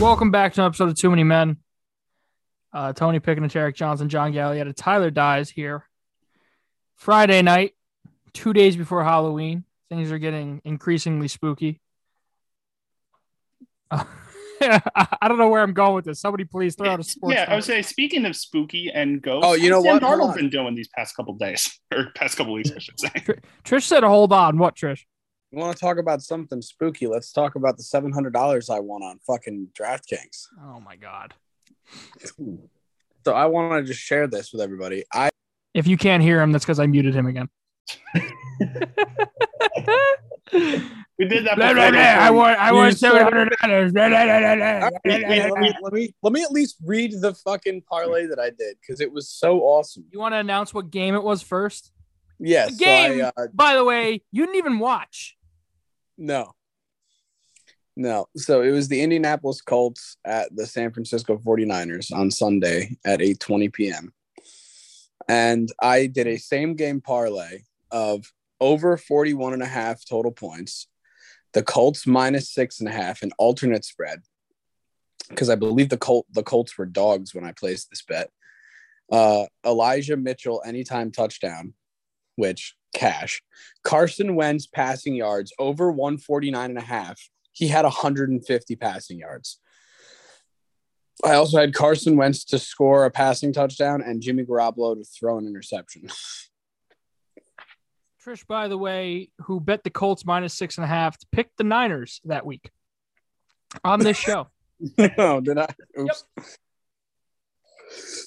Welcome back to an episode of Too Many Men. Uh, Tony Pickens, Eric Johnson, John Gallietta, Tyler Dies here. Friday night, two days before Halloween, things are getting increasingly spooky. Uh, I I don't know where I'm going with this. Somebody please throw out a sports. yeah, I talk. was saying. Speaking of spooky and ghosts, Oh, you know how's what? Dan Hold Darnold's on. been doing these past couple days or past couple weeks, I should say. Trish said, "Hold on, what Trish? You want to talk about something spooky? Let's talk about the seven hundred dollars I won on fucking DraftKings. Oh my god! So I want to just share this with everybody. I If you can't hear him, that's because I muted him again." We did that. Blah, before. blah, blah. I won. I You won said- seven hundred dollars. All right, wait, wait, let, me, let me let me at least read the fucking parlay that I did because it was so awesome. You want to announce what game it was first? Yes, so The I, game. uh, By the way, you didn't even watch. No. No. So it was the Indianapolis Colts at the San Francisco 49ers on Sunday at 8:20 p.m. And I did a same game parlay of over 41 and a half total points, the Colts minus six and a half, an alternate spread. Because I believe the Colt the Colts were dogs when I placed this bet. Uh, Elijah Mitchell anytime touchdown, which cash. Carson Wentz passing yards over 149 and a half. He had 150 passing yards. I also had Carson Wentz to score a passing touchdown and Jimmy Garoppolo to throw an interception. Trish, by the way, who bet the Colts minus six and a half to pick the Niners that week on this show. oh, did I? Oops.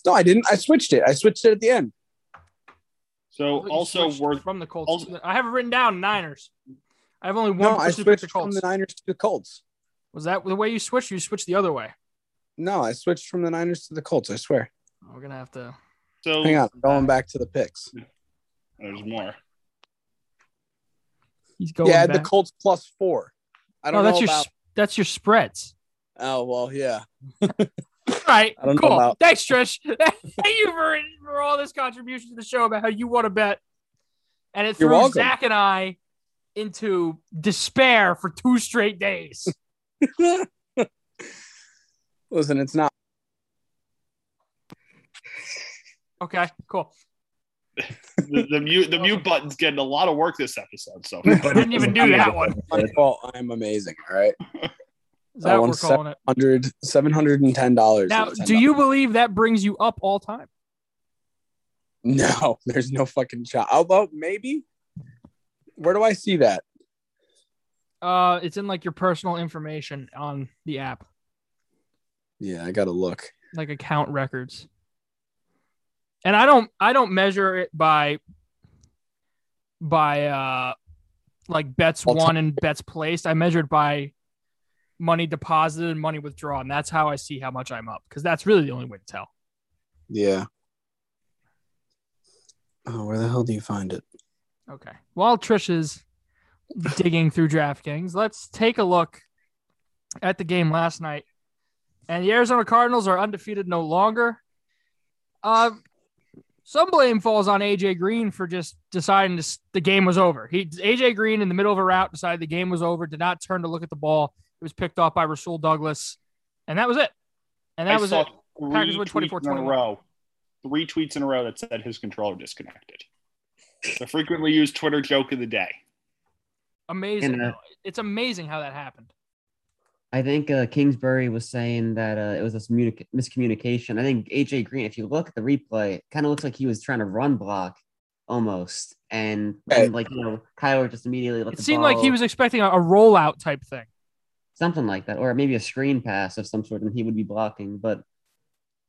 No, I didn't. I switched it. I switched it at the end. So also Switched worth. from the Colts. also- to the- I have it written down Niners. I have only one No, I person who picked the switched from Colts. the Niners to the Colts. Was that the way you switched? You switched the other way. No, I switched from the Niners to the Colts. I swear. We're gonna have to. So Hang on. Going back to the picks. there's more. He's going. yeah, I had back. the Colts plus four. I No, don't know that's your about. s- that's your spreads. Oh well, yeah. All right. I don't know cool. about- Thanks, Trish. Thank you for, for all this contribution to the show about how you want to bet. And it You're threw welcome. Zach and I into despair for two straight days. Listen, it's not. okay, cool. The, the mute the mute button's getting a lot of work this episode. So I didn't even do that one. my fault. I'm amazing. All right. Is that I what won we're calling it? 100, $710. Now, It's do $10. you believe that brings you up all time? No, there's no fucking shot. Although, maybe. Where do I see that? Uh, it's in like your personal information on the app, Yeah, I got to look. like account records. And I don't, I don't measure it by, by uh, like bets All time. won and bets placed. I measured by money deposited and money withdrawn. That's how I see how much I'm up because that's really the only way to tell. Yeah. Oh, where the hell do you find it? Okay. While Trish is digging through DraftKings, let's take a look at the game last night. And the Arizona Cardinals are undefeated no longer. Uh, some blame falls on AJ Green for just deciding to, s- the game was over. He AJ Green in the middle of a route decided the game was over, did not turn to look at the ball. It was picked off by Rasul Douglas, and that was it. And that I was saw it. Packers win three tweets in a 24-21. row. Three tweets in a row that said his controller disconnected. The frequently used Twitter joke of the day. Amazing. And, uh, it's amazing how that happened. I think uh, Kingsbury was saying that uh, it was this communic- miscommunication. I think AJ Green, if you look at the replay, it kind of looks like he was trying to run block almost, and, Hey. and like you know, Kyler just immediately let It the seemed ball, like he was expecting a, a rollout type thing. something like that, or maybe a screen pass of some sort, and he would be blocking. But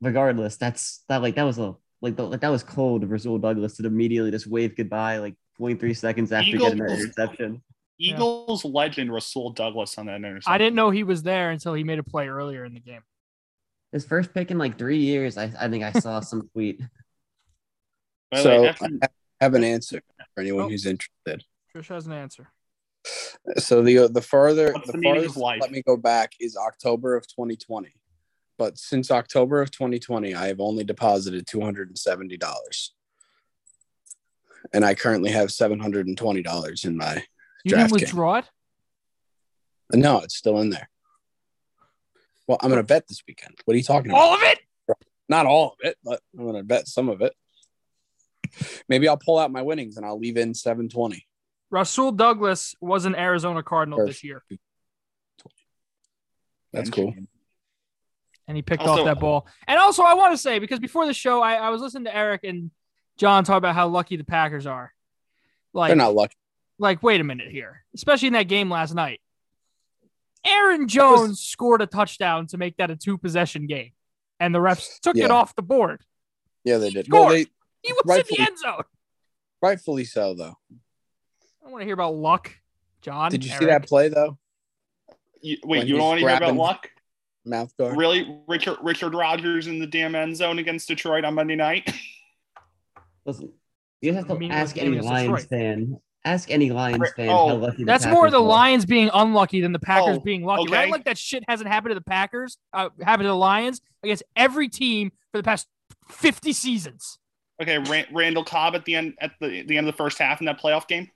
regardless, that's that like that was a like, the, like that was cold of Rasul Douglas to immediately just wave goodbye like 0.3 seconds after getting that Eagles. interception. Yeah. Eagles legend Rasul Douglas on that interception. I didn't know he was there until he made a play earlier in the game. His first pick in like three years, I, I think I saw some tweet. By the so, way, I after- have an answer for anyone Oh. who's interested. Trish has an answer. So, the uh, the further, What's the the meaning of farthest, life? let me go back is October of 2020. But since October of 2020, I have only deposited $270. And I currently have $720 in my You didn't DraftKings. withdraw it? No, it's still in there. Well, I'm gonna bet this weekend. What are you talking about? All of it? Not all of it, but I'm gonna bet some of it. Maybe I'll pull out my winnings and I'll leave in 720. Rasul Douglas was an Arizona Cardinal this Perfect. year, That's cool. and he picked Also- off that ball. And also, I want to say because before the show, I, I was listening to Eric and John talk about how lucky the Packers are. Like They're not lucky. like, wait a minute here, especially in that game last night. Aaron Jones scored a touchdown to make that a two possession game, and the refs took it Yeah. off the board. Yeah, they did. Well, Scored. they He was in Rightfully. the end zone. rightfully so though. I don't want to hear about luck, John. Did you see Eric. that play though? You, wait, When you don't he's want to hear about grabbing- luck? Mouth guard. Really, Richard Richard Rodgers in the damn end zone against Detroit on Monday night? Listen, you just have to I mean, it was ask game any against Lions fan. Ask any Lions Right. fan Oh, how lucky the That's more Packers the were. Lions being unlucky than the Packers Oh, being lucky. Right? okay. Like that shit hasn't happened to the Packers, uh, happened to the Lions against every team for the past 50 seasons. Okay, Ran- Randall Cobb at the end at the, the end of the first half in that playoff game.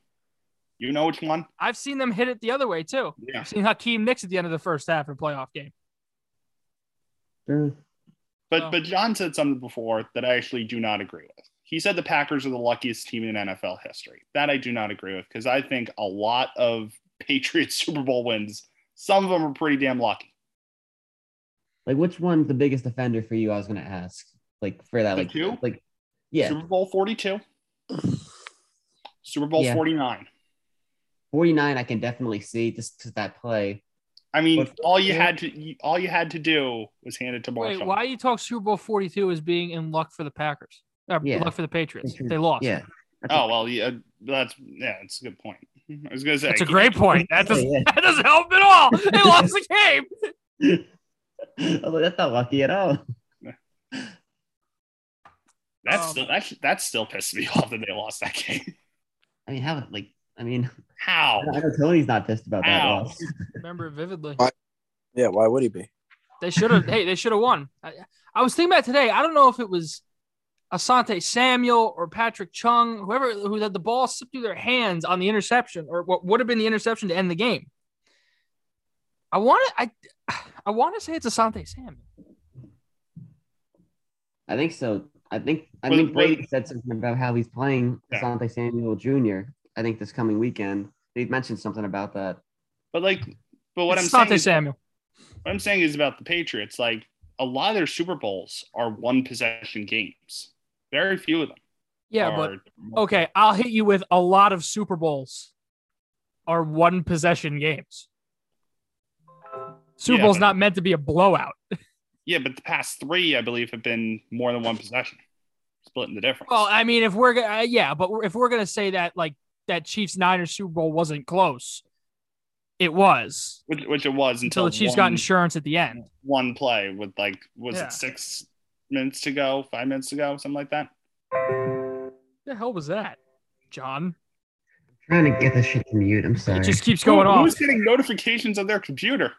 You know which one? I've seen them hit it the other way too. Yeah. I've seen Hakeem Nicks at the end of the first half in a playoff game. Sure. But Oh. but John said something before that I actually do not agree with. He said the Packers are the luckiest team in NFL history. That I do not agree with because I think a lot of Patriots Super Bowl wins, some of them are pretty damn lucky. Like, which one's the biggest offender for you? I was gonna ask. Like for that, The like, two? like, yeah, Super Bowl 42, Super Bowl Yeah. 49. forty nine. I can definitely see just 'cause that play. I mean, But- all you had to you- all you had to do was hand it to Marshall. Wait, why do you talk Super Bowl 42 as being in luck for the Packers? Uh, Yeah. Luck for the Patriots. Patriots. They lost. Yeah, Oh well, yeah, that's yeah, that's a good point. I was gonna say That's a great point. That doesn't, that doesn't help at all. They lost the game. yeah. I was like, that's not lucky at all. That's Um, still that, that still pissed me off that they lost that game. I mean, how? Like, I mean, How? I know Tony's not pissed about that Ow. loss. Remember it vividly. Yeah, why would he be? They should have. hey, they should have won. I, I was thinking about it today. I don't know if it was Asante Samuel or Patrick Chung, whoever who had the ball slip through their hands on the interception, or what would have been the interception to end the game. I want to. I I want to say it's Asante Samuel. I think so. I think I Well, think well- Brady said something about how he's playing Yeah. Asante Samuel Jr. I think this coming weekend they mentioned something about that. But like, but what I'm it's saying, Asante is, what Samuel. I'm saying is about the Patriots. Like a lot of their Super Bowls are one possession games. Very few of them. Yeah, are, but okay. I'll hit you with a lot of Super Bowls are one possession games. Super Yeah, Bowl's but- not meant to be a blowout. Yeah, but the past three, I believe, have been more than one possession, splitting the difference. Well, I mean, if we're gonna, uh, yeah, but we're, if we're gonna say that like that Chiefs Niners Super Bowl wasn't close, it was which, which it was until until the Chiefs one, got insurance at the end. one play with like was Yeah. it six minutes to go, five minutes to go, something like that. The hell was that, John? trying to get this shit to mute. I'm sorry. It just keeps going Who- off. Who's getting notifications on their computer?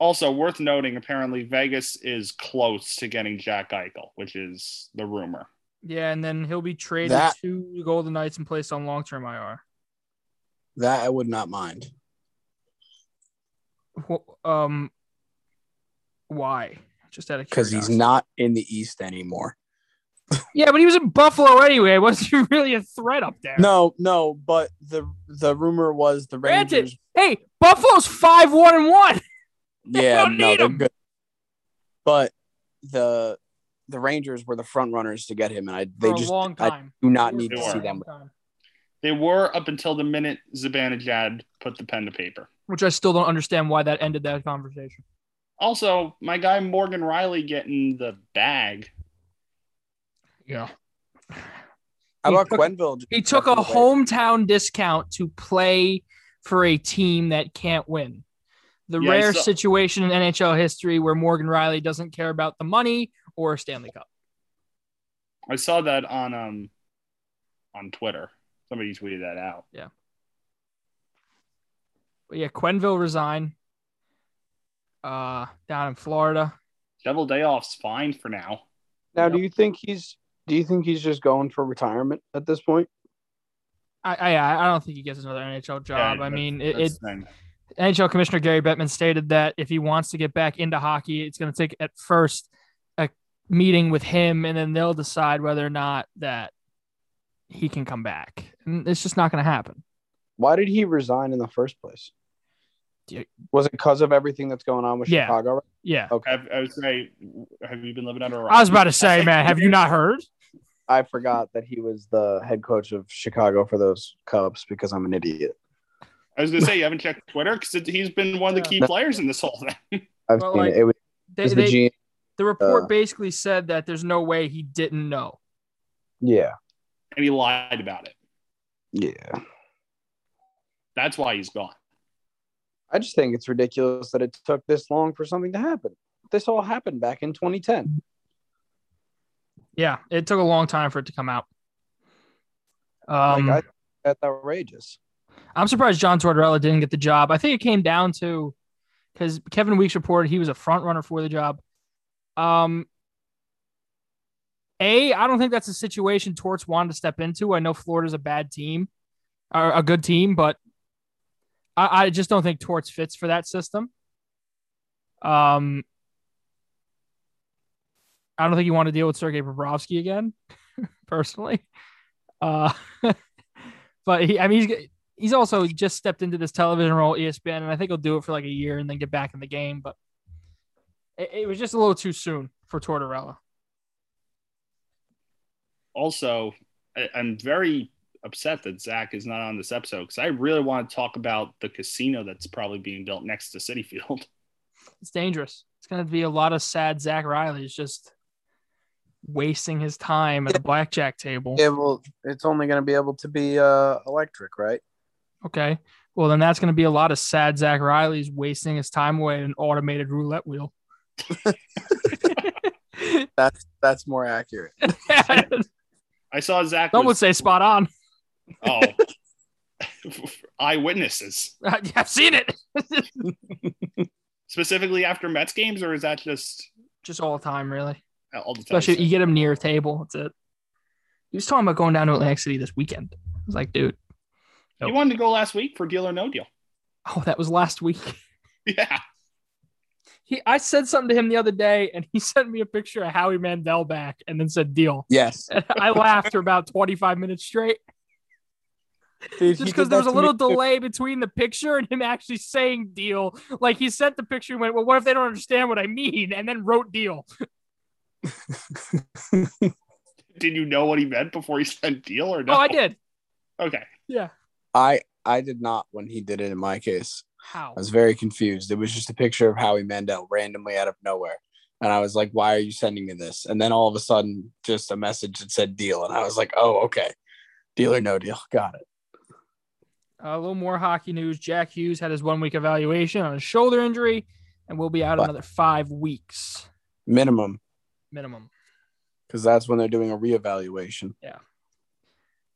Also worth noting, apparently Vegas is close to getting Jack Eichel, which is the rumor. Yeah, and then he'll be traded That- to the Golden Knights and placed on long-term IR. That I would not mind. Wh- Um, why? Just out of Because he's curiosity. not in the East anymore. Yeah, but he was in Buffalo anyway. Wasn't he really a threat up there? No, no, but the the rumor was the Granted. Rangers. Hey, Buffalo's five one and one. Yeah, don't no, need they're him. good. But the the Rangers were the front runners to get him, and I they for just a long I time. do not They were need to for a see long them. time. They were up until the minute Zibanejad put the pen to paper. Which I still don't understand why that ended that conversation. Also, my guy Morgan Riley getting the bag. Yeah. How He about took- Quenville? He took a hometown discount to play for a team that can't win. The Yeah, I rare saw- situation in NHL history where Morgan Riley doesn't care about the money or a Stanley Cup. I saw that on um on Twitter. Somebody tweeted that out. But yeah, Quenville resigned uh, down in Florida. Devil Day off's fine for now. Now, do you think he's do you think he's just going for retirement at this point? I, I I don't think he gets another NHL job. Yeah, I mean, that's- it, that's it the thing. NHL Commissioner Gary Bettman stated that if he wants to get back into hockey, it's going to take at first a meeting with him, and then they'll decide whether or not that he can come back. And it's just not going to happen. Why did he resign in the first place? Yeah. Was it because of everything that's going on with Yeah. Chicago? right- Yeah. Okay, Have- I was say, have you been living under a rock? I was about to say, man, have you not heard? I forgot that he was the head coach of Chicago for those Cubs because I'm an idiot. I was gonna say you haven't checked Twitter because he's been one of the key Yeah. players in this whole thing. I've Well, seen like, it. It was, it They, was the they- GM. the report uh, basically said that there's no way he didn't know. Yeah, and he lied about it. yeah. That's why he's gone. I just think it's ridiculous that it took this long for something to happen. This all happened back in 2010. Yeah, it took a long time for it to come out. Um, like, I, that's outrageous. I'm surprised John Tortorella didn't get the job. I think it came down to because Kevin Weeks reported he was a front runner for the job. Um, a, I don't think that's a situation Torts wanted to step into. I know Florida's a bad team, or a good team, but I, I just don't think Torts fits for that system. Um, I don't think you want to deal with Sergei Bobrovsky again, personally. Uh, but he, I mean, he's g- he's also just stepped into this television role E at ESPN, and I think he'll do it for like a year and then get back in the game. But it, it was just a little too soon for Tortorella. Also, I, I'm very upset that Zach is not on this episode because I really want to talk about the casino that's probably being built next to City Field. It's dangerous. It's going to be a lot of sad Zach Riley's just wasting his time at the blackjack table. It will, it's only going to be able to be uh, electric, right? Okay. Well, then that's going to be a lot of sad Zach Riley's wasting his time away at an automated roulette wheel. That's that's more accurate. I saw Zach. Some would was- say spot on. Oh, eyewitnesses I've seen it. specifically after Mets games, or is that just Just all the time, really. all the time? Especially if you get him near a table. That's it. He was talking about going down to Atlantic City this weekend. I was like, dude, you wanted to go last week for Deal or No Deal. oh, that was last week. Yeah, He, I said something to him the other day, and he sent me a picture of Howie Mandel back, and then said deal. Yes, And I laughed for about 25 minutes straight, just because there was a little delay between the picture and him actually saying deal. Like he sent the picture and went, "Well, what if they don't understand what I mean?" and then wrote deal. did you know what he meant before he said Deal or No? Oh, I did. Okay, Yeah. I I did not when he did it in my case. How? I was very confused. It was just a picture of Howie Mandel randomly out of nowhere. And I was like, why are you sending me this? And then all of a sudden, just a message that said deal. And I was like, oh, okay. Deal or no deal. Got it. Uh, a little more hockey news. Jack Hughes had his one week evaluation on his shoulder injury, and will be out But- another five weeks Minimum, minimum. because that's when they're doing a reevaluation.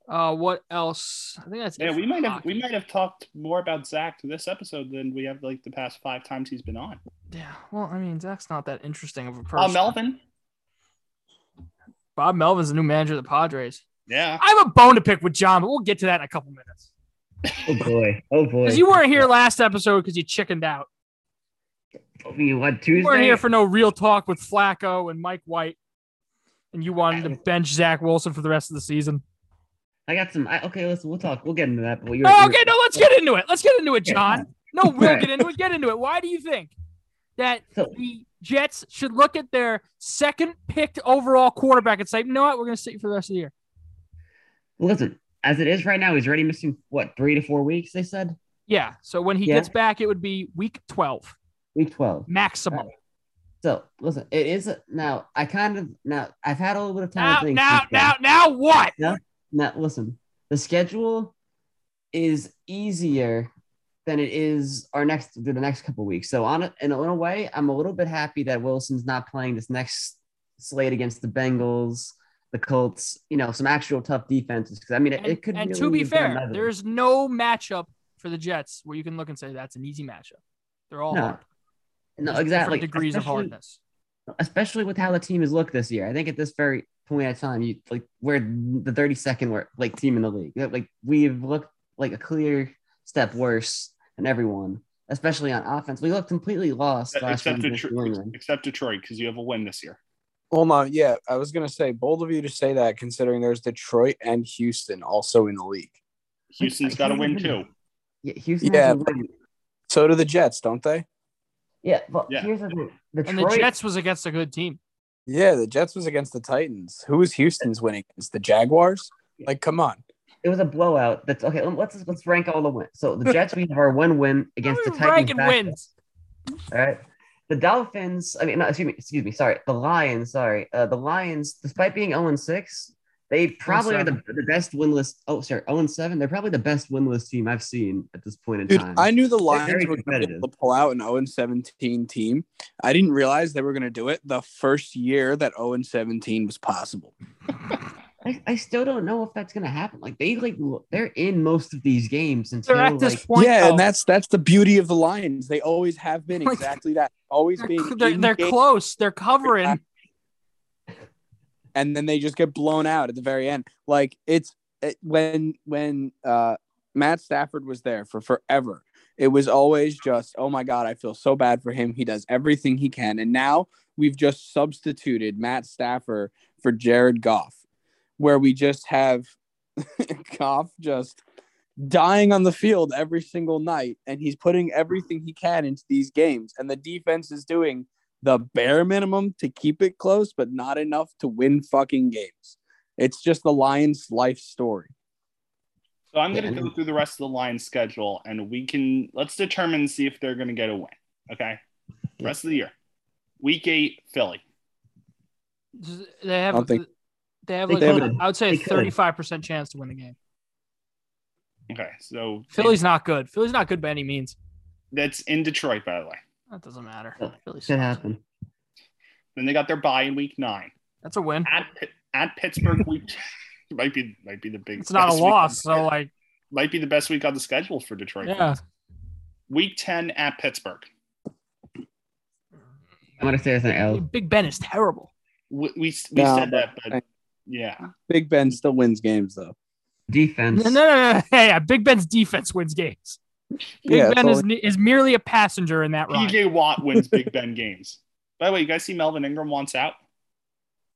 Uh, what else? I think that's it yeah, we for might have hockey. we might have talked more about Zach this episode than we have like the past five times he's been on. Yeah, well, I mean, Zach's not that interesting of a person. Bob Melvin. Bob Melvin's the new manager of the Padres. Yeah. I have a bone to pick with John, but we'll get to that in a couple minutes. Oh boy. Oh boy. Because you weren't here last episode because you chickened out. Oh, You what You weren't Tuesday? here for no real talk with Flacco and Mike White, and you wanted to bench Zach Wilson for the rest of the season. I got some. I, okay, listen. We'll talk. We'll get into that. But we were, Oh, we were- okay, no, let's get into it. Let's get into it, Yeah. John. No, we'll Right. get into it. Get into it. Why do you think that So, the Jets should look at their second picked overall quarterback and say, you know what, we're going to sit you for the rest of the year. listen. As it is right now, he's already missing what three to four weeks. They said Yeah. So when he Yeah. gets back, it would be week 12 week twelve. Uh, maximum. So listen, it is now. I kind of now. I've had a little bit of time. Now, to think now, since then. now, now what? Now listen, the schedule is easier than it is our next the next couple weeks. So on a, in a little way, I'm a little bit happy that Wilson's not playing this next slate against the Bengals, the Colts. You know, some actual tough defenses. Because I mean, it, And, it could. and really to be have been fair, another- there's no matchup for the Jets where you can look and say that's an easy matchup. They're all No, hard. no There's exactly different degrees of especially- hardness. especially with how the team has looked this year. I think at this very point in time, you like we're the 32nd wor- like team in the league. Like we've looked like a clear step worse than everyone, especially on offense. We looked completely lost last except, week. against New Detroit, England. except Detroit, because you have a win this year. Well, no, yeah, I was gonna say bold of you to say that, considering there's Detroit and Houston also in the league. Houston's got to win too. Yeah, Houston Yeah, yeah, but- So do the Jets, don't they? yeah, but Yeah. here's the thing. And Detroit, the Jets was against a good team. Yeah, the Jets was against the Titans. Who was Houston's winning against? The Jaguars? Like, come on. it was a blowout. That's okay. Let's let's rank all the wins. So the Jets, we have our one win against the Rank Titans. and back- wins. All right. The Dolphins, I mean, no, excuse me, excuse me, sorry. The Lions, sorry. Uh, the Lions, despite being 0 6, they probably Oh are the, the best winless. Oh, sorry, 0 7. They're probably the best winless team I've seen at this point in Dude, time. I knew the very Lions were going to be competitive. able to pull out an 0 17 team. I didn't realize they were going to do it the first year that 0 17 was possible. I, I still don't know if that's gonna happen. Like they like w- they're in most of these games until They're at like this point. yeah, though. and that's that's the beauty of the Lions. They always have been Like- exactly that. Always they're, being cl- they're, in they're game, close. They're covering. and then they just get blown out at the very end. Like it's it, when when uh, Matt Stafford was there for forever. It was always just, oh my god, I feel so bad for him. He does everything he can, and now we've just substituted Matt Stafford for Jared Goff, where we just have Goff just dying on the field every single night, and he's putting everything he can into these games, and the defense is doing the bare minimum to keep it close, but not enough to win fucking games. It's just the Lions' life story. So I'm Yeah, going to I go through the rest of the line schedule, and we can let's determine and see if they're going to get a win. Okay, Yeah. rest of the year. Week eight, Philly. Just- They have. I don't think- they have They like could. I would say a They could. thirty-five percent chance to win the game. Okay, so Philly's not good. Philly's not good by any means. that's in Detroit, by the way. That doesn't matter. Oh, Philly should sucks. happen. Then they got their bye in week nine That's a win. at Pitt- at Pittsburgh. week it might be might be the big. It's not a best week on loss. the So like, schedule. might be the best week on the schedule for Detroit. uh, yeah, Week ten at Pittsburgh. I'm gonna say it's an L. Big Ben is terrible. We we, we No, said that, but- but yeah, Big Ben still wins games though. Defense. No, no, no, no. Yeah, yeah. Big Ben's defense wins games. Big Yeah, Ben so- is, is merely a passenger in that ride. PJ Watt wins Big Ben games. By the way, you guys see Melvin Ingram wants out.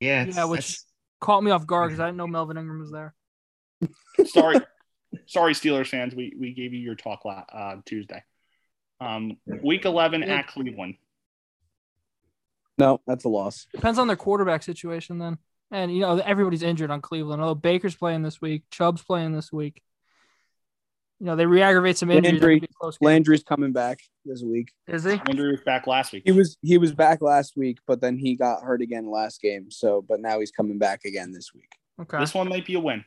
Yeah, it's, Yeah, which- that's- Caught me off guard because I didn't know Melvin Ingram was there. sorry, sorry, Steelers fans. We we gave you your talk la- uh, Tuesday. Um, week eleven Yeah. at Cleveland. No, that's a loss. Depends on their quarterback situation then. And you know everybody's injured on Cleveland. Although Baker's playing this week, Chubb's playing this week. You know they re-aggravate some injuries. Landry- It'll be a close game. Landry's coming back this week. Is he? Andrew was back last week. He was he was back last week, but then he got hurt again last game. So, but now he's coming back again this week. Okay. This one might be a win.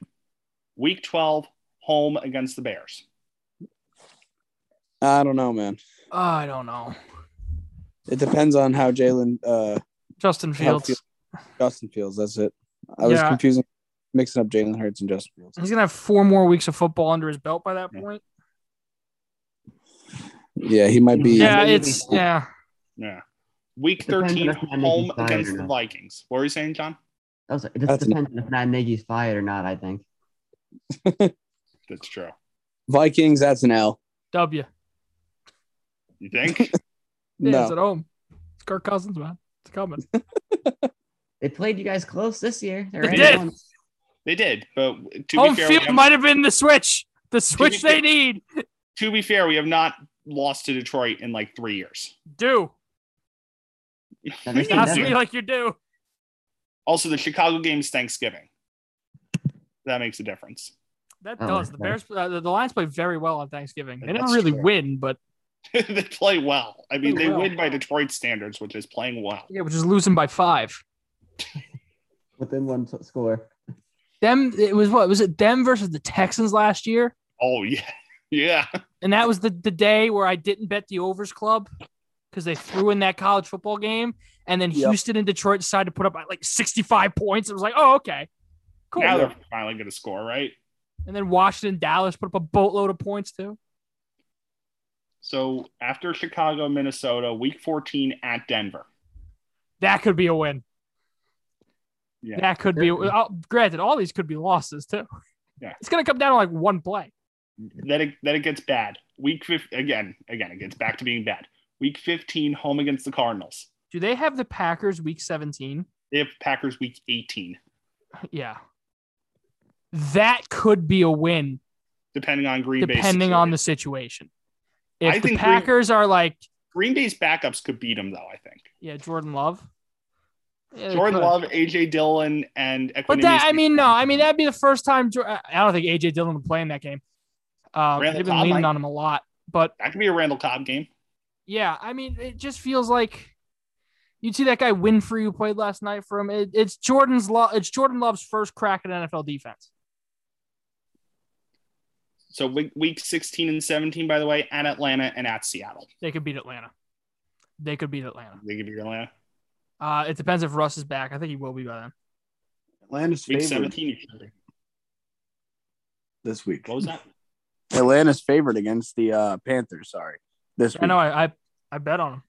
Week twelve, home against the Bears. I don't know, man. Oh, I don't know. It depends on how Jalen uh, Justin how Fields. Fields- Justin Fields. That's it. I was Yeah. confusing, mixing up Jalen Hurts and Justin Fields. He's gonna have four more weeks of football under his belt by that Yeah. point. Yeah, he might be. Yeah, maybe it's so. yeah. Yeah. Week Depends thirteen, on if Matt Nagy's home fired against or the not. Vikings. What were you saying, John? that was- it just That's depends on if Matt Nagy's fired or not. I think. That's true. Vikings. That's an L. W. You think? Yeah, No, It's at home. It's Kirk Cousins, man. It's coming. They played you guys close this year. They're They eight did. and one. they did, but to home be fair, we field have- might have been the switch. The switch fair- they need. to be fair, we have not lost to Detroit in like three years. Do. That We makes didn't Ask sense. do me it. like you do. Also, the Chicago game's Thanksgiving. That makes a difference. That Oh, does. The okay. Bears, uh, the the Lions play very well on Thanksgiving. They That's never really true. win, but they play well. I mean, Play they well. win by Detroit standards, which is playing well. yeah, which is losing by five. Within one t- score. Them, it was what was it? Them versus the Texans last year, Oh yeah, yeah. and that was the the day where I didn't bet the overs club because they threw in that college football game, and then Yep. Houston and Detroit decided to put up uh, like sixty five points. It was like, oh okay, cool. Now they're finally going to score, right? and then Washington, Dallas put up a boatload of points too. So after Chicago, Minnesota, Week 14 at Denver. That could be a win. Yeah. That could be. Certainly. Uh, granted, all these could be losses too. Yeah. It's gonna come down to like one play. Then it then it gets bad. Week 15, again, again, it gets back to being bad. Week 15, home against the Cardinals. Do they have the Packers week 17? They have Packers week 18, Yeah. That could be a win depending on Green Bay. depending on the situation. If I the think Green- Packers are like, Green Bay's backups could beat them, though, I think. yeah, Jordan Love. Yeah, they Jordan could. Love, AJ Dillon, and But that, I mean, no, I mean that'd be the first time. Jor- I I don't think AJ Dillon would play in that game. Randall Um, Cobb they've been leaning might. on him a lot, but that could be a Randall Cobb game. yeah, I mean, it just feels like you see that guy Winfrey who played last night for him. It, it's Jordan's love. It's Jordan Love's first crack at NFL defense. So week, week 16 and 17, by the way, at Atlanta and at Seattle. They could beat Atlanta. They could beat Atlanta. They could beat Atlanta. Uh, it depends if Russ is back. I think he will be by then. Atlanta's Week favored 17. it should be. this week. What was that? Atlanta's favored against the uh, Panthers. Sorry, this I week. know. I, I I bet on him.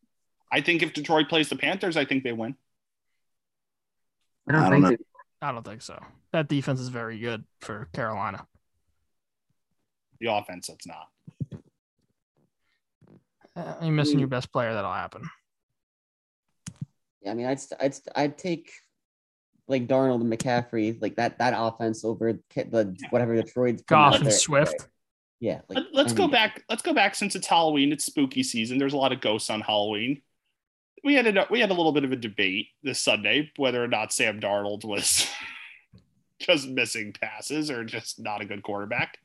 I think if Detroit plays the Panthers, I think they win. I don't, I don't think know. that- I don't think so. That defense is very good for Carolina. The offense, that's not. Uh, you're missing your best player. That'll happen. Yeah, I mean, I'd st- I'd st- I'd take like Darnold and McCaffrey, like that that offense over K- the whatever Detroit's putting out Goff and there. Swift. Yeah, like, Let, us I go mean, back. Let's go back since it's Halloween. It's spooky season. There's a lot of ghosts on Halloween. We had a we had a little bit of a debate this Sunday whether or not Sam Darnold was just missing passes or just not a good quarterback.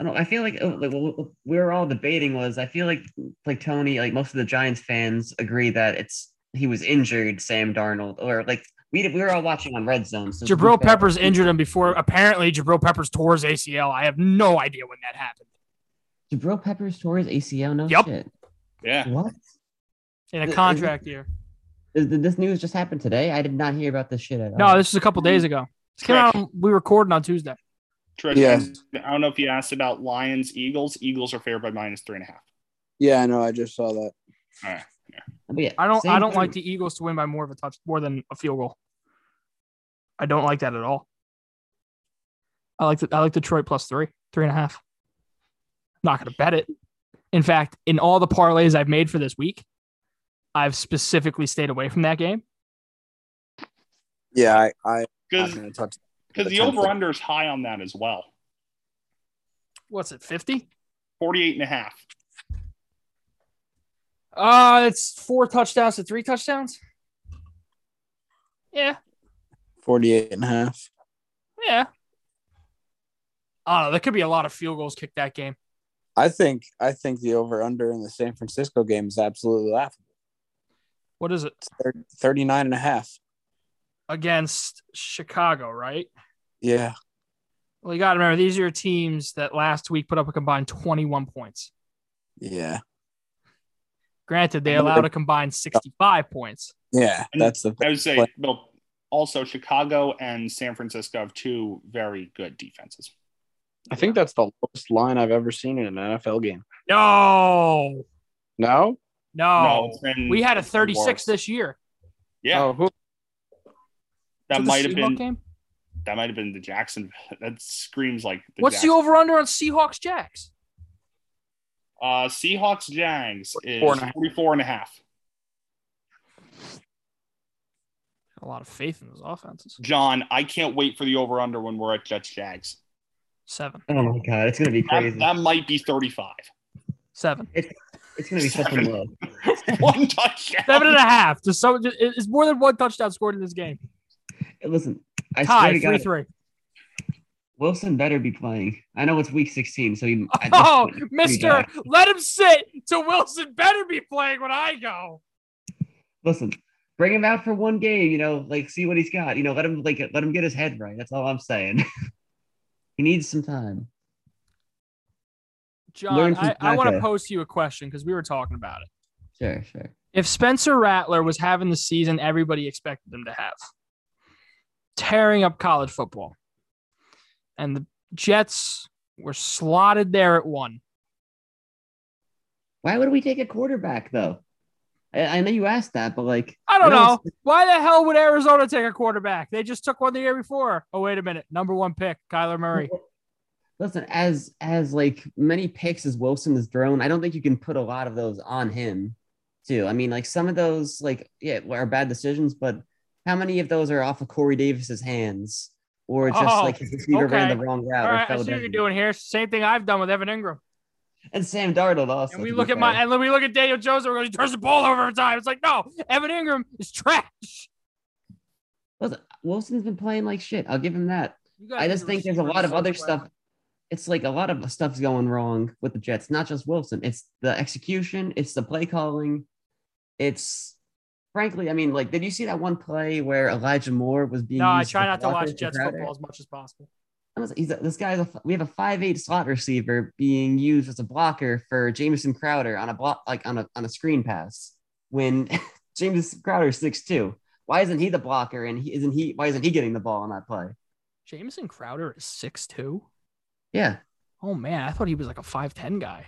I don't. I feel like, uh, like what- what we were all debating was I feel like like Tony, like most of the Giants fans agree that it's he was injured, Sam Darnold, or like we did, we were all watching on Red Zone. So Jabril Peppers injured him before. Apparently, Jabril Peppers tore his ACL. I have no idea when that happened Jabril Peppers tore his ACL. No Yup. shit. Yeah, What? in Is- a is- contract year. Is- Did this news just happen today? I did not hear about this shit at all. No, this was a couple days ago. This came out. We recorded on Tuesday. Trish. Yes. I don't know if you asked about Lions Eagles. Eagles are favored by minus three and a half. Yeah, I know. I just saw that. But yeah, I don't. I Sam don't like Darnold- the Eagles to win by more of a touch, more than a field goal. I don't like that at all. I like the, I like Detroit plus three, three and a half. Not going to bet it. In fact, in all the parlays I've made for this week, I've specifically stayed away from that game. Yeah, I, I I'm Because gonna touch. because the That's over under is high on that as well. What's it, fifty? 48 and a half. Uh, it's four touchdowns to three touchdowns. Yeah, 48 and a half. yeah. I don't know. There could be a lot of field goals kicked that game. I think I think the over under in the San Francisco game is absolutely laughable. What is it It's thir- 39 and a half. against Chicago? Right. Yeah. Well, you got to remember these are teams that last week put up a combined 21 points. Yeah. Granted, they allowed a combined 65 points. Yeah. And That's the I thing. would say, well, also Chicago and San Francisco have two very good defenses. I think that's the lowest line I've ever seen in an NFL game. No, No? no. it's been Oh, we had a it's been 36 worse. this year. Yeah, Oh, who? Is that it the might have Seahawks been Game? that might have been the Jackson. That screams like the What's the Jackson- over under on Seahawks Jacks? uh, Seahawks Jags is Four and a half. 44 and a half. A lot of faith in those offenses. John, I can't wait for the over under when we're at Jets Jags. Seven, Oh my god, it's gonna be That, crazy. that might be 35. seven, it's gonna be such a Seven. love. One touchdown. seven and a half. Just so it- it's more than one touchdown scored in this game. Listen, I swear Tie to three God, three. Wilson better be playing. I know it's week 16, so he. at this Oh, point, he's pretty Mister, bad. let him sit. To Wilson, better be playing when I go. Listen, bring him out for one game. You know, like see what he's got. You know, let him like let him get his head right. That's all I'm saying. he needs some time. John, Learn from I, I want to Packer. pose to you a question because we were talking about it. Sure, sure. if Spencer Rattler was having the season everybody expected him to have, tearing up college football, and the Jets were slotted there at one, Why would we take a quarterback though? I, I know you asked that, but like I don't No, know. Why the hell would Arizona take a quarterback? They just took one the year before. Oh, wait a minute. Number one pick, Kyler Murray. But listen, as as like many picks as Wilson has thrown, I don't think you can put a lot of those on him, too. I mean, like some of those, like yeah, are bad decisions, but how many of those are off of Corey Davis's hands, or just Oh, like his receiver okay. ran the wrong route? All or right, I fell see what you're down? doing here. Same thing I've done with Evan Ingram. And Sam Darnold also. And we to be look at fair. my and then we look at Daniel Jones and we're going, he turns the ball over every time. It's like, no, Evan Ingram is trash. Listen, Wilson's been playing like shit. I'll give him that. You guys I need just a think there's a receiver lot of so other bad. stuff. It's like a lot of stuff's going wrong with the Jets, not just Wilson. It's the execution, it's the play calling. It's frankly, I mean, like, did you see that one play where Elijah Moore was being? No, I used as try a not to blocker watch for Jets Crowder? football as much as possible. That was- He's a, this guy's a, we have a five eight slot receiver being used as a blocker for Jamison Crowder on a block like on a on a screen pass when Jameson Crowder's six two. Why isn't he the blocker and he isn't he why isn't he getting the ball on that play? Jameson Crowder is six two. Yeah. Oh man, I thought he was like a five ten guy.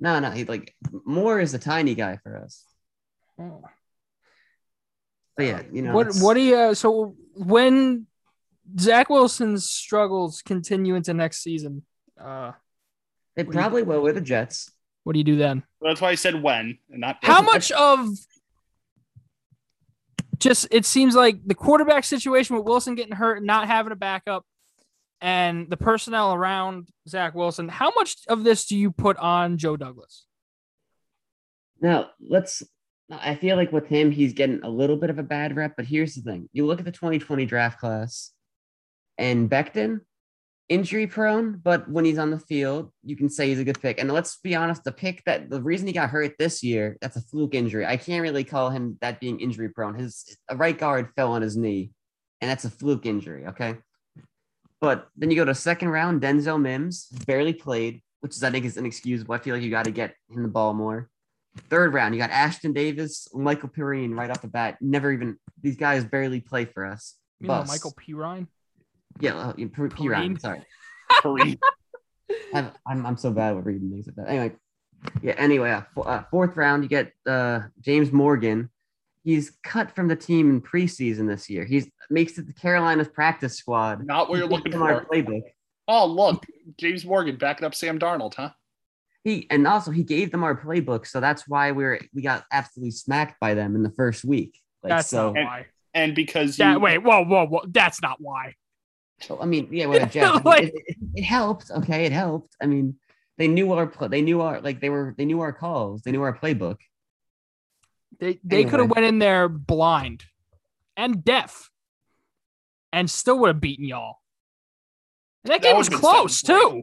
No, no, he like Moore is the tiny guy for us. Oh. But yeah, you know what it's- what do you uh, so when Zach Wilson's struggles continue into next season, uh they probably will with the Jets. what do you do then? Well, that's why I said when and not How if. much of just it seems like the quarterback situation with Wilson getting hurt and not having a backup and the personnel around Zach Wilson, how much of this do you put on Joe Douglas? Now let's. I feel like with him, he's getting a little bit of a bad rep. But here's the thing: you look at the 2020 draft class, and Becton, injury prone, but when he's on the field, you can say he's a good pick. And let's be honest: the pick that the reason he got hurt this year, that's a fluke injury. I can't really call him that being injury prone. His a right guard fell on his knee, and that's a fluke injury. Okay. But then you go to second round, Denzel Mims barely played, which is I think is inexcusable. I feel like you got to get him the ball more third round, you got Ashton Davis, Michael Perrine right off the bat. Never even these guys barely play for us. You know, Bus. Michael P. Ryan. Yeah, uh, P- Perrine. Perrine. Sorry, Kareem. I'm, I'm I'm so bad with reading things like that. Anyway, yeah. Anyway, uh, fo- uh, fourth round, you get uh, James Morgan. He's cut from the team in preseason this year. He's makes it the Carolina's practice squad. Not what you're He's looking from our for. playbook. Oh, look, James Morgan backing up Sam Darnold, huh? He and also he gave them our playbook, so that's why we were we got absolutely smacked by them in the first week. Like, That's so. not why. And because That you- wait, whoa, whoa, whoa. That's not why. So, I mean, yeah, with a jet, I mean, Like- it, it, it helped. Okay, it helped. I mean, they knew our pl- they knew our like they were they knew our calls, they knew our playbook. They they Anyway. could have went in there blind and deaf and still would have beaten y'all. And that That game was would've been something close great. too.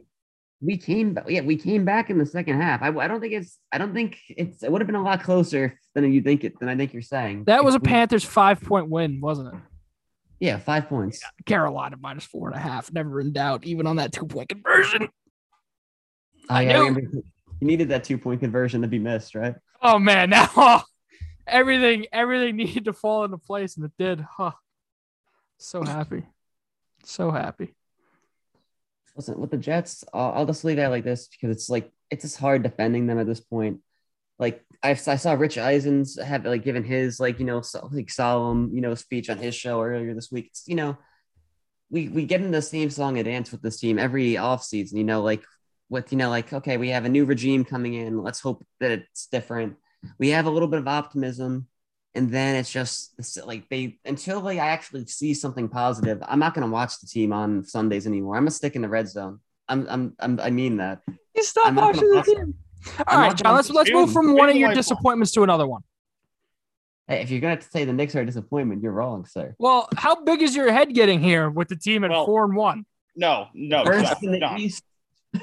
We came, ba- yeah, we came back in the second half. I, I don't think it's I don't think it's it would have been a lot closer than you think it than I think you're saying. That was a If we- Panthers five point win, wasn't it? Yeah, five points. Carolina minus four and a half. Never in doubt, even on that two point conversion. Oh, I yeah, know. remember you needed that two point conversion to be missed, right? Oh man, now oh, everything everything needed to fall into place, and it did. Huh. So happy, so happy. listen with the Jets, I'll, I'll just leave it like this because it's like it's just hard defending them at this point. Like I, I saw Rich Eisen's have like given his like you know so, like solemn you know speech on his show earlier this week. It's, you know, we we get in the same song and dance with this team every offseason. You know, like with you know like okay, we have a new regime coming in. Let's hope that it's different. We have a little bit of optimism. And then it's just it's like they until like I actually see something positive, I'm not gonna watch the team on Sundays anymore. I'm gonna stick in the red zone. I'm I'm, I'm I mean that. You stop I'm not watching gonna the watch that. game. I'm All not right, John. gonna Let's let's watch move it. from It's one of my your fault. disappointments to another one. Hey, if you're gonna say the Knicks are a disappointment, you're wrong, sir. Well, how big is your head getting here with the team at Well- four and one? no, Oh, no, First in John, the John, East.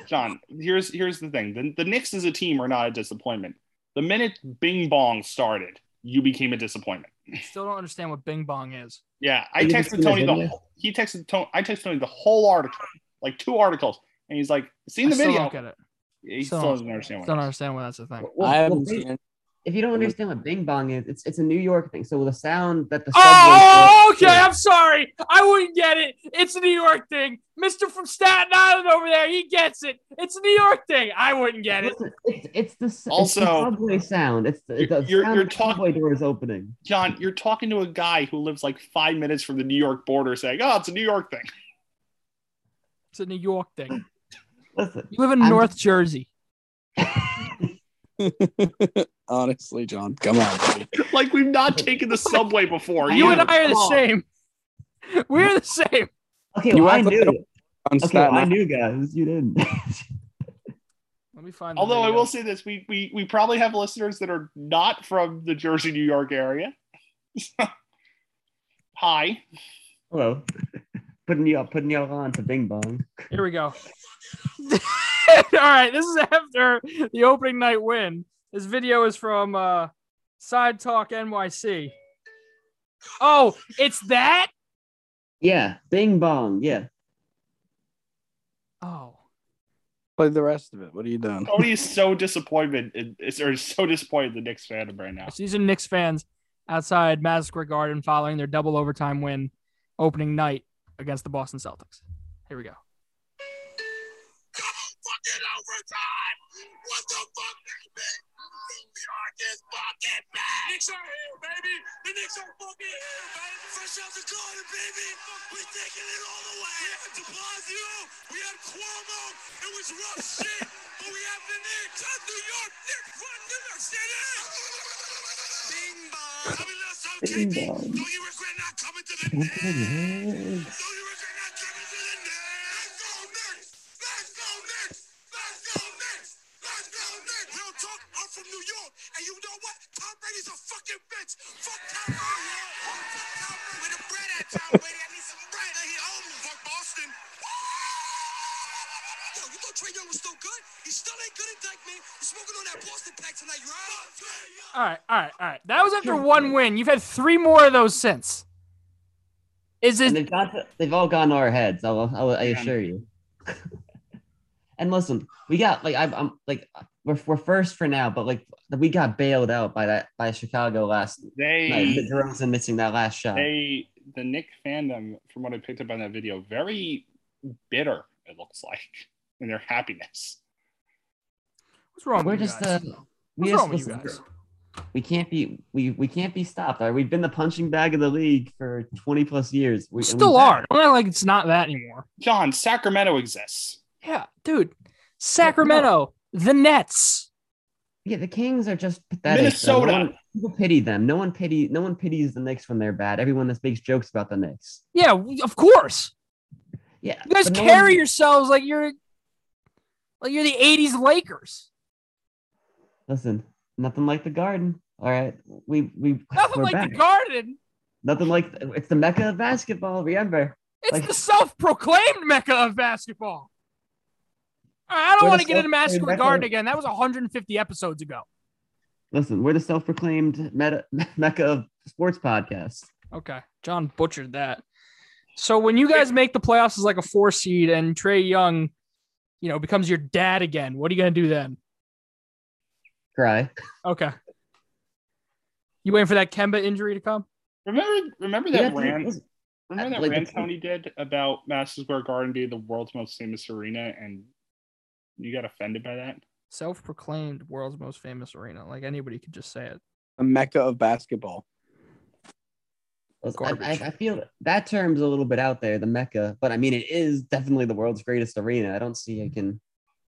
John. Here's here's the thing: the, the Knicks as a team are not a disappointment. The minute Bing Bong started, you became a disappointment. Still don't understand what Bing Bong is. Yeah, I Have you texted seen Tony the the video? whole, he texted Tony I texted Tony the whole article, like two articles, and he's like, "Seen I the still video?" don't get it. He still still, don't- doesn't understand Don't what. it is. understand why that's a thing. Well, I well, haven't Bing- seen it. if you don't understand what Bing Bong is, it's it's a New York thing. So the sound that the Oh, subway- okay. I'm sorry. I wouldn't get it. It's a New York thing. Mister from Staten Island over there, he gets it. It's a New York thing. I wouldn't get it. Listen, it's, it's the it's the Also- subway sound. It's the, the You're- you're- sound you're of the talk- subway doors opening. John, you're talking to a guy who lives like five minutes from the New York border, saying, "Oh, it's a New York thing." It's a New York thing. Listen, You live in I'm- North Jersey. Honestly, John, come on. Buddy. Like we've not taken the subway before. You either. and I are the Come on. same. We're the same. okay, You well, I act like knew. I don't- On Okay, well, Staten I Island. knew, guys. You didn't. Let me find. the Although I video. will say this, we, we we probably have listeners that are not from the Jersey, New York area. Hi. Hello. Putting you up, putting you all on to Bing Bong. Here we go. All right, this is after the opening night win. This video is from uh, Side Talk NYC. Oh, it's that? Yeah, Bing Bong. Yeah, Oh, Play the rest of it. What are you doing? Cody is so disappointed, in- is- or is so disappointed in the Knicks fandom right now. so these are Knicks fans outside Madison Square Garden following their double overtime win opening night against the Boston Celtics. Here we go. fucking overtime. What the fuck, man? New York is fucking back. Knicks are here, baby. The Knicks are fucking here, baby. Fresh out the garden, baby. We're taking it all the way. We had DeBlasio. We had Cuomo. It was rough shit, but we have the Knicks. Let New York Knicks run New York City. Bing bong. Coming last time, Bing KD. bong. Don't you regret not coming to the Knicks. Don't you regret not coming to the Knicks. Let's go Knicks. Let's go Knicks. Let's go Knicks. Let's go Knicks. Real talk, I'm from New York, and you know what? Tom Brady's a fucking bitch. Fuck Tom Brady. Oh, fuck Tom Brady. Where the bread at, Tom Brady? I need some bread. He owe me. Fuck Boston. Yo, you thought Trey Young was still good? He still ain't good at Dyke, man. You're smoking on that Boston pack tonight, you right? All right, all right, all right. That was after one win. You've had three more of those since. Is and it? they've got to, they've all gone to our heads. I'll, I'll, I assure you. and listen, we got like I'm, I'm like we're, we're first for now, but like we got bailed out by that by Chicago last night. They Jerome's missing that last shot. they the Nick fandom, from what I picked up on that video, very bitter. It looks like in their happiness. What's wrong we're with you just uh, guys? we What's just wrong with you listen, guys? we can't be we we can't be stopped. All right, we've been the punching bag of the league for 20 plus years. We We and we still are. Well, like it's not that anymore. John, Sacramento exists. Yeah, dude. Sacramento, the Nets. Yeah, the Kings are just pathetic. though. Minnesota. No one, people pity them. No one pity. No one pities the Knicks when they're bad. Everyone just makes jokes about the Knicks. Yeah, we- of course. Yeah, You guys but no carry one- yourselves like you're like you're the 80s Lakers. Listen, nothing like the Garden. All right, we we Nothing we're like back. the Garden. nothing like it's the mecca of basketball. Remember, It's Like- the self-proclaimed mecca of basketball. All right, I don't We're want to the get into Madison Square self-proclaimed Garden mecca. again. That was 150 episodes ago. listen, we're the self-proclaimed meta, mecca of sports podcast. Okay. John butchered that. So when you guys make the playoffs as like a four seed and Trey Young, you know, becomes your dad again, what are you gonna do then? Cry. Okay. You waiting for that Kemba injury to come? Remember, remember Yeah, that rant. listen, Remember that Like the- rant Tony did about Madison Square Garden being the world's most famous arena, and you got offended by that? Self-proclaimed world's most famous arena. Like anybody could just say it. A mecca of basketball. listen, I, garbage. I, I feel that term's a little bit out there, the mecca, but I mean, it is definitely the world's greatest arena. I don't see I can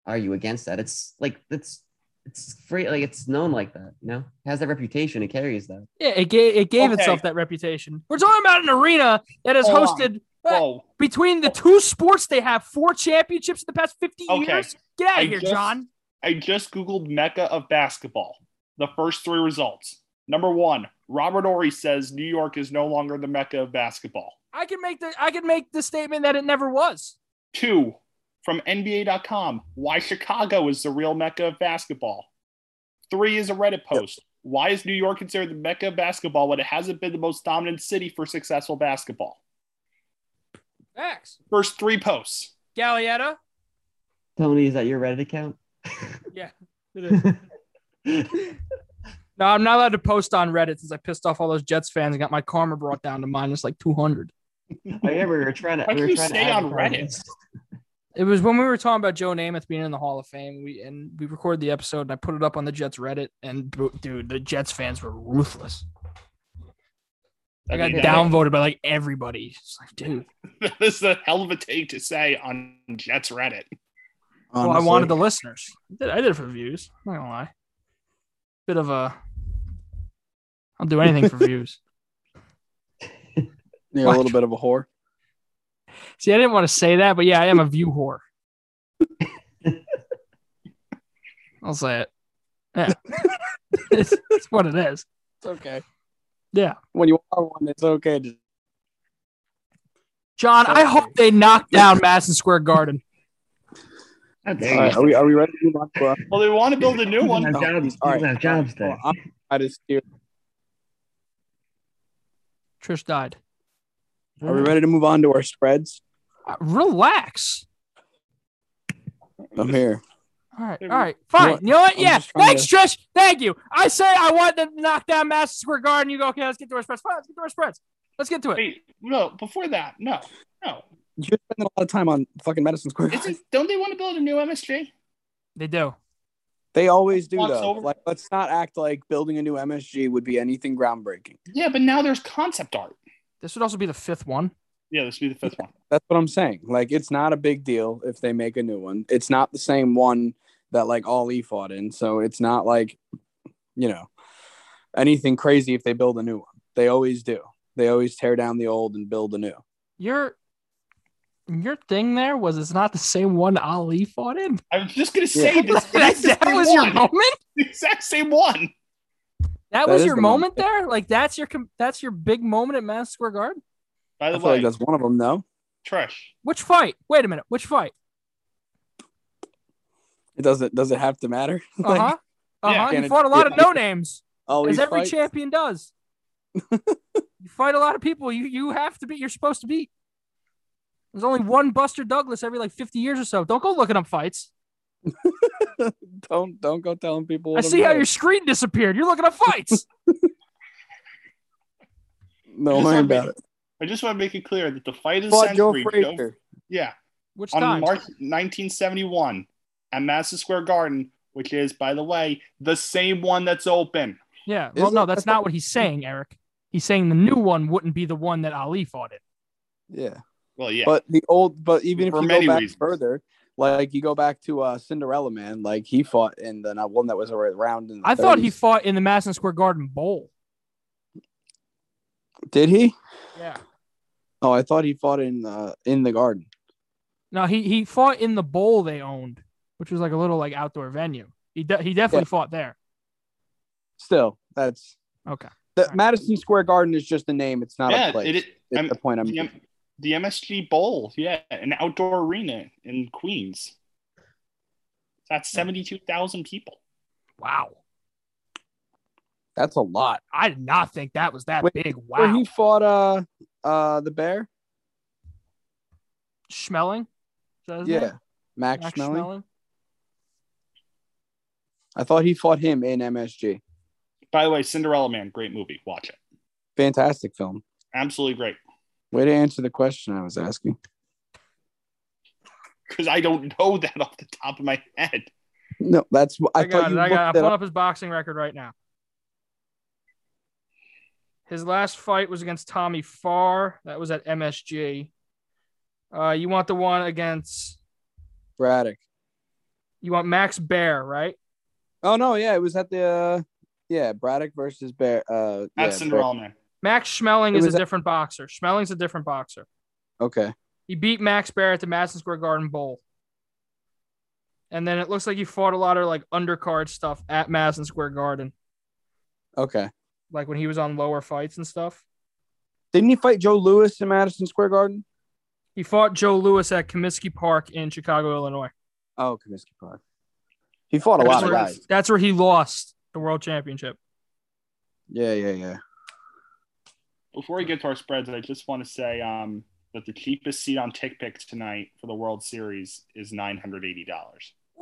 argue against that. It's like it's it's free, like it's known like that. You know, it has that reputation. It carries that. Yeah, it gave it gave Okay. itself that reputation. We're talking about an arena that has Hold on. hosted But- Whoa, between the two sports they have four championships in the past 50 Okay. years. Get out I of here, just- John. I just googled Mecca of basketball. The first three results. Number one, Robert Ory says New York is no longer the Mecca of basketball. I can make the I can make the statement that it never was. Two, from NBA.com, why Chicago is the real Mecca of basketball. Three is a Reddit post. Why is New York considered the Mecca of basketball when it hasn't been the most dominant city for successful basketball? Facts. First three posts. Gallietta. Tony, is that your Reddit account? No, I'm not allowed to post on Reddit since I pissed off all those Jets fans and got my karma brought down to minus like 200. I remember Oh, we were trying to. Why we do were you trying to stay on advertise It was when we were talking about Joe Namath being in the Hall of Fame. We and we recorded the episode and I put it up on the Jets Reddit and bo- dude, the Jets fans were ruthless. I got mean, downvoted by like everybody. It's like, dude, That is a hell of a take to say on Jets Reddit. Well, I wanted the honestly. listeners. I did, I did it for the views. I'm not gonna lie. Bit of a. I'll do anything for views. You're a little bit of a whore. See, I didn't want to say that, but yeah, I am a view whore. I'll say it. Yeah, it's, it's what it is. It's okay. Yeah, When you are one, it's okay. Just John. I hope they knock down Madison Square Garden. How dare All you. right, are we are we ready to move on to uh, Well, they want to build a new People one. have Oh, jobs- all people right. have jobs there. Well, I'm out of steer. Trish died. Are we ready to move on to our spreads? Uh, Relax. I'm here. All right, Hey, all right, fine. what- You know what? I'm Yeah, just trying thanks, Trish. Thank you. I say I want to knock down Madison Square Garden. You go, okay, let's get to our spreads. Fine, let's get to our spreads. Let's get to it. Wait, no, before that, no, no. You're spending a lot of time on fucking Madison Square. Garden. Isn't, don't they want to build a new MSG? They do. They always do Once though. over. Like, let's not act like building a new MSG would be anything groundbreaking. Yeah, but now there's concept art. This would also be the fifth one. Yeah, this would be the fifth one. That's what I'm saying. Like, it's not a big deal if they make a new one. It's not the same one that like Ali fought in, so it's not like, you know, anything crazy if they build a new one. They always do. They always tear down the old and build a new. Your your thing there was it's not the same one Ali fought in. I was just gonna say this. that this is that the was your one. moment. The exact same one. That, That was is your the moment. moment there. Like that's your com- that's your big moment at Madison Square Garden. By I the feel like way, that's one of them, though. trash. Which fight? Wait a minute. Which fight? It doesn't. Does it have to matter? Uh huh. Uh Yeah, huh. can you it- fought a lot of no names, Always as every fight. champion does. you fight a lot of people. You you have to beat. You're supposed to beat. There's only one Buster Douglas every like 50 years or so. Don't go looking up fights. don't don't go telling people. I What I'm see how doing. your screen disappeared. You're looking up fights. No Just worry wanna about make- it. I just want to make it clear that the fight is Fought Joe century. Joe- Frazier. yeah, Which on time? March 1971 at Madison Square Garden, which is, by the way, the same one that's open. Yeah. Well, Isn't no, it- that's not what he's saying, Eric. He's saying the new one wouldn't be the one that Ali fought in. Yeah. Well, yeah, But the old, but even if For you many go back reasons. further, like you go back to uh, Cinderella Man, like he fought in the not one that was around. In the I thought he 30s. fought in the Madison Square Garden Bowl. did he? Yeah. Oh, I thought he fought in uh, in the garden. No, he he fought in the bowl they owned, which was like a little like outdoor venue. He de- he definitely Yeah. fought there. Still, that's Okay. that Alright. Madison Square Garden is just a name. It's not yeah, a place. it, it- It's I'm- the point I'm. the, making. M- the MSG Bowl, yeah, an outdoor arena in Queens. That's 72,000 people. Wow. That's a lot. I did not think that was that Wait, big. Where Wow. he fought uh uh the bear. Schmeling. Is that his Yeah, name? Max, Max Schmeling. Schmeling. I thought he fought him in MSG. By the way, Cinderella Man, great movie. Watch it. Fantastic film. Absolutely great. Way to answer the question I was asking. Because I don't know that off the top of my head. No, that's what I, I, thought got it. you I got. I'm looked it pulling up. up his boxing record right now. His last fight was against Tommy Farr. That was at MSG. Uh, you want the one against? Braddock. You want Max Bear, right? Oh no, yeah, it was at the uh, yeah Braddock versus Bear. Uh, yeah, That's Cinderella Man. Max Schmeling It is was a at- different boxer. Schmeling's a different boxer. Bear. Okay, He beat Max Bear at the Madison Square Garden Bowl. And then it looks like he fought a lot of like undercard stuff at Madison Square Garden, okay. like when he was on lower fights and stuff. Didn't he fight Joe Lewis in Madison Square Garden? He fought Joe Lewis at Comiskey Park in Chicago, Illinois. Oh, Comiskey Park. He fought a That's lot of where- guys. That's where he lost the world championship. Yeah, yeah, yeah. Before we get to our spreads, I just want to say um, that the cheapest seat on TickPick tonight for the World Series is $980.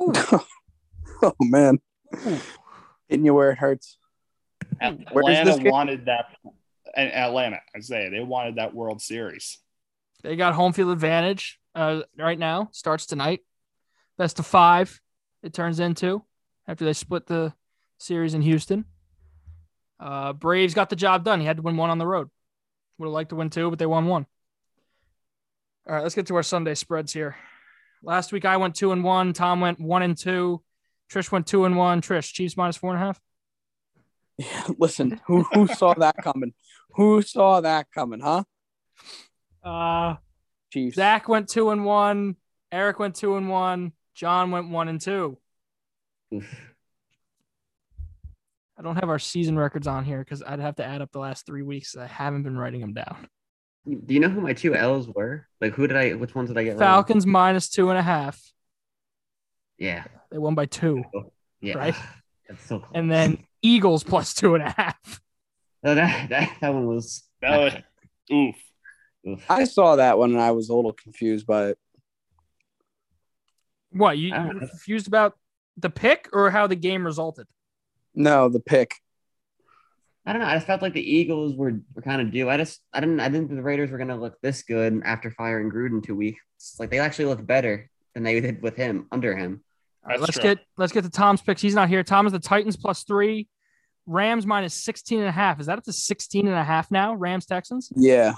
oh man, hitting you where it hurts. Where is Atlanta this game? wanted that. and Atlanta, I say, they wanted that World Series. They got home field advantage uh, right now. Starts tonight. Best of five. It turns into after they split the series in Houston. Uh, Braves got the job done. He had to win one on the road. Would have liked to win two, but they won one. All right, let's get to our Sunday spreads here. Last week I went two and one. Tom went one and two. Trish went two and one. Trish, Chiefs minus four and a half. Yeah, listen, who who saw that coming? Who saw that coming, huh? Uh, Chiefs. Zach went two and one. Eric went two and one. John went one and two. Oof. I don't have our season records on here because I'd have to add up the last three weeks. I haven't been writing them down. Do you know who my two L's were? Like, who did I? Which ones did I get? wrong? Falcons minus two and a half. Yeah. They won by two. Yeah. Right? That's so close. And then Eagles plus two and a half. No, that, that that one was. That was, oof. Oof. I saw that one and I was a little confused by it. What you, I you don't were know. confused about the pick or how the game resulted? No, the pick. I don't know. I just felt like the Eagles were, were kind of due. I just I didn't I didn't think the Raiders were gonna look this good after firing Gruden two weeks. It's like they actually looked better than they did with him under him. All right, That's let's true. get let's get to Tom's picks. He's not here. Tom is the Titans plus three. Rams minus 16 and a half. Is that up to 16 and a half now? Rams Texans? Yeah.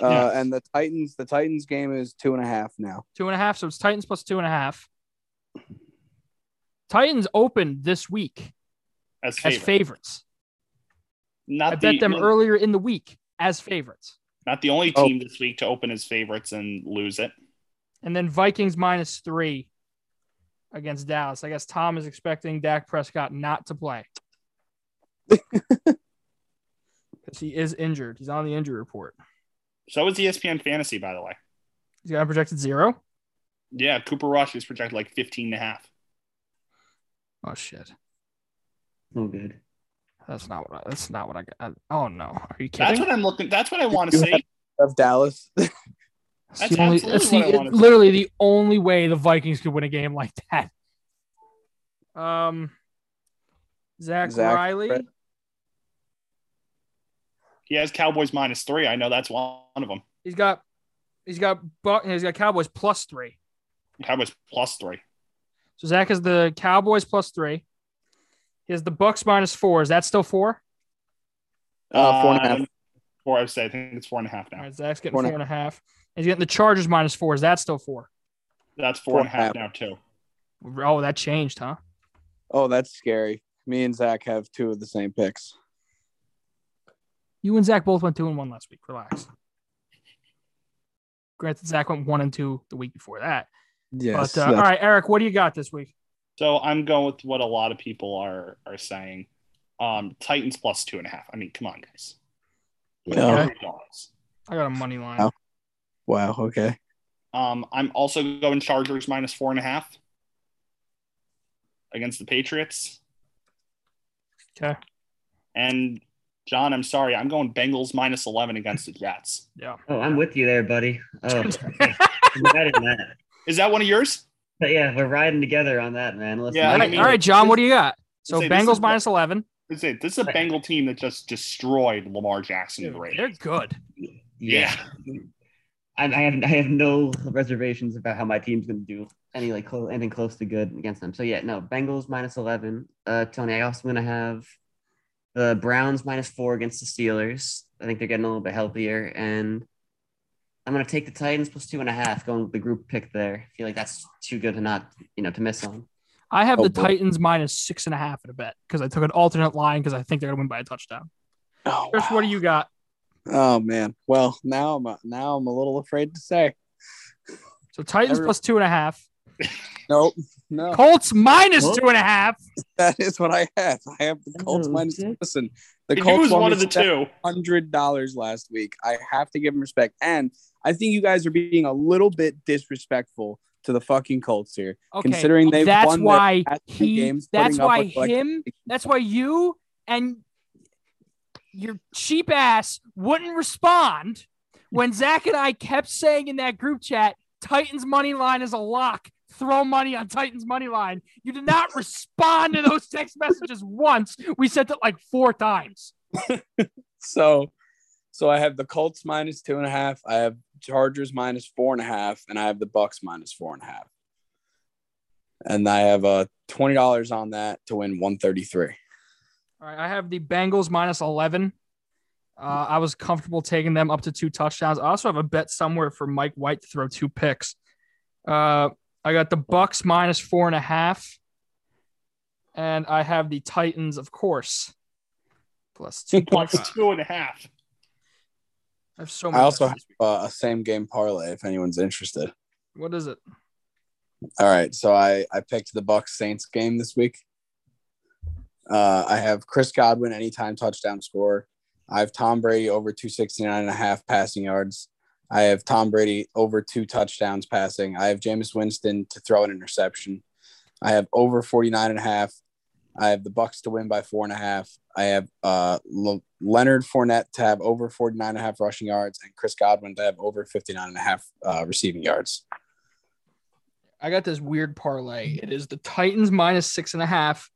Uh, Yes. And the Titans, the Titans game is two and a half now. Two and a half. So it's Titans plus two and a half. Titans opened this week As as favorite. favorites. not I bet the, them earlier in the week as favorites. Not the only Oh. team this week to open as favorites and lose it. And then Vikings minus three against Dallas. I guess Tom is expecting Dak Prescott not to play because he is injured. He's on the injury report. So is E ESPN Fantasy, by the way. He's got a projected zero. Yeah, Cooper Rush is projected like 15 and a half. Oh shit! No good. That's not what. I, that's not what I got. Oh no! Are you That's kidding? what I'm looking. That's what I want to You have- see. Of Dallas. That's, that's the only. absolutely That's the, what I wanted it's to- literally the only way the Vikings could win a game like that. Um, Zach, Zach Riley. Ri- He has Cowboys minus three. I know that's one of them. He's got. He's got. Buck- He's got Cowboys plus three. Cowboys plus three. So Zach is the Cowboys plus three. He has the Bucks minus four. Is that still four? Uh, four and a I half. don't- Four, I've said. I think it's four and a half All now. right, Zach's getting Four and a four and a half. He's getting the Chargers minus four. Is that still four? That's Four four and a half and a now too. Oh, that changed, huh? Oh, that's scary. Me and Zach have two of the same picks. You and Zach both went two and one last week. Relax. Granted, Zach went one and two the week before that. Yes. but uh, all right, Eric, what do you got this week? So I'm going with what a lot of people are are saying. Um, Titans plus two and a half. I mean, come on, guys. No. Okay. Three dollars. I got a money line. Oh. Wow. Okay. Um, I'm also going Chargers minus four and a half against the Patriots. Okay. And John, I'm sorry, I'm going Bengals minus eleven against the Jets. Yeah. Oh, I'm with you there, buddy. Oh, okay. I'm riding that. Is that one of yours? But yeah, we're riding together on that, man. Listen, Yeah, All I right, mean- all right, John, what do you got? So Say, this Bengals is- minus eleven. Is it? This is a Bengal team that just destroyed Lamar Jackson. and the Raiders. They're good. Yeah. I, I have I have no reservations about how my team's going to do any like close, anything close to good against them. So yeah, no Bengals minus eleven. Uh, Tony, I also going to have the Browns minus four against the Steelers. I think they're getting a little bit healthier, and I'm going to take the Titans plus two and a half, going with the group pick there. I feel like that's too good to not you know to miss on. I have Oh, the boy. Titans minus six and a half at a bet because I took an alternate line because I think they're gonna win by a touchdown. Oh, Chris, what do you got? wow. Oh, man. Well, now I'm a, now I'm a little afraid to say. So Titans Every- plus two and a half. Nope. No. Colts minus Whoa. two and a half. That is what I have. I have the Colts Oh, minus. shit. Listen, the If you Colts was won one me of the seven two. hundred dollars last week. I have to give them respect, and I think you guys are being a little bit disrespectful to the fucking Colts here, Okay. considering they've that's won their why past two he. games, that's putting up why with, like, him. That's why you and your cheap ass wouldn't respond when Zach and I kept saying in that group chat, "Titans money line is a lock. Throw money on Titans money line." You did not respond to those text messages once. We sent it like four times. So, so I have the Colts minus two and a half. I have Chargers minus four and a half, and I have the Bucks minus four and a half. And I have uh twenty dollars on that to win one thirty three. All right, I have the Bengals minus eleven. Uh, I was comfortable taking them up to two touchdowns. I also have a bet somewhere for Mike White to throw two picks. Uh, I got the Bucks minus four and a half, and I have the Titans, of course, plus two Bucks points. two and a half. I have so much. I also have uh, a same game parlay if anyone's interested. what is it? All right, so I I picked the Bucks Saints game this week. Uh, I have Chris Godwin anytime touchdown score. I have Tom Brady over 269 and a half passing yards. I have Tom Brady over two touchdowns passing. I have Jameis Winston to throw an interception. I have over 49 and a half. I have the Bucks to win by four and a half. I have uh, Le- Leonard Fournette to have over 49 and a half rushing yards and Chris Godwin to have over 59 and a half uh, receiving yards. I got this weird parlay. It is the Titans minus six and a half,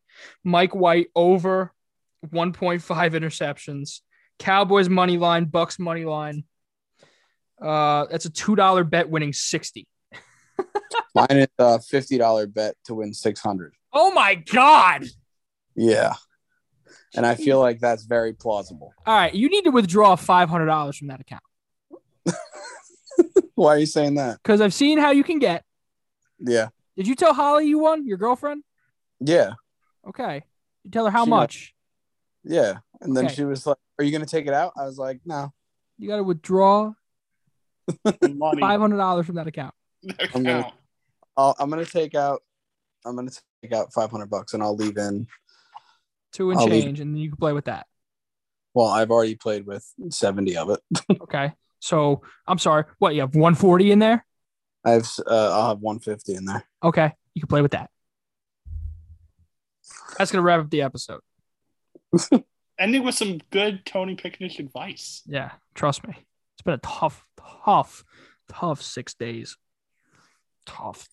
Mike White over 1.5 interceptions, Cowboys money line, Bucks money line. Uh, that's a two dollar bet winning sixty. Mine is a fifty dollar bet to win six hundred. Oh my god! Yeah, and I feel like that's very plausible. All right, you need to withdraw five hundred dollars from that account Why are you saying that? because I've seen how you can get. Yeah, Did you tell Holly you won your girlfriend? yeah, Okay, you tell her how She won. much. yeah. And then Okay. she was like, "Are you gonna take it out?" I was like, "No, You got to withdraw Money. five hundred dollars from that account. I'm gonna- Account. I'll, I'm gonna take out. I'm gonna take out five hundred bucks, and I'll leave in. Two and I'll leave- change, and then you can play with that. Well, I've already played with seventy of it. Okay. So I'm sorry. What you have 140 in there? I have. Uh, I'll have one fifty in there. Okay. You can play with that. That's gonna wrap up the episode. Ending with some good Tony Picnic advice. Yeah, trust me. It's been a tough, tough, tough six days. Tough.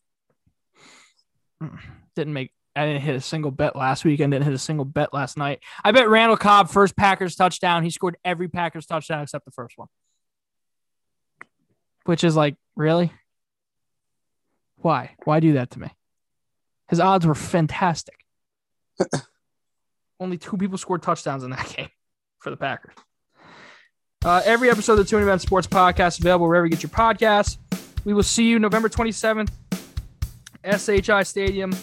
Mm. Didn't make I didn't hit a single bet last week. I didn't hit a single bet last night. I bet Randall Cobb first Packers touchdown. He scored every Packers touchdown except the first one. Which is like, really? Why? Why do that to me? His odds were fantastic. Only two people scored touchdowns in that game for the Packers. Uh, every episode of the Tuning Event Sports Podcast is available wherever you get your podcasts. We will see you November 27th, SHI Stadium,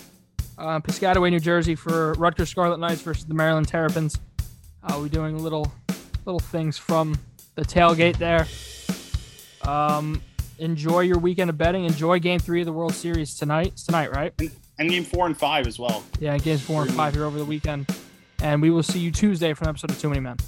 uh, Piscataway, New Jersey, for Rutgers Scarlet Knights versus the Maryland Terrapins. Uh, we're doing little little things from the tailgate there. Um, enjoy your weekend of betting. Enjoy Game Three of the World Series tonight. It's tonight, right? And game four and five as well. Yeah, Games Four and Five here over the weekend. And we will see you Tuesday for an episode of Too Many Men.